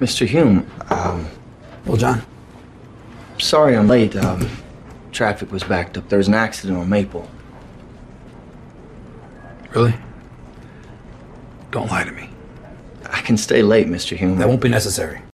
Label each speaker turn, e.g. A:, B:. A: Mr. Hume, um,
B: Well, John,
A: sorry I'm late. Um, traffic was backed up. There was an accident on Maple.
B: really? Don't lie to me.
A: I can stay late, Mr. Hume.
B: That won't be necessary.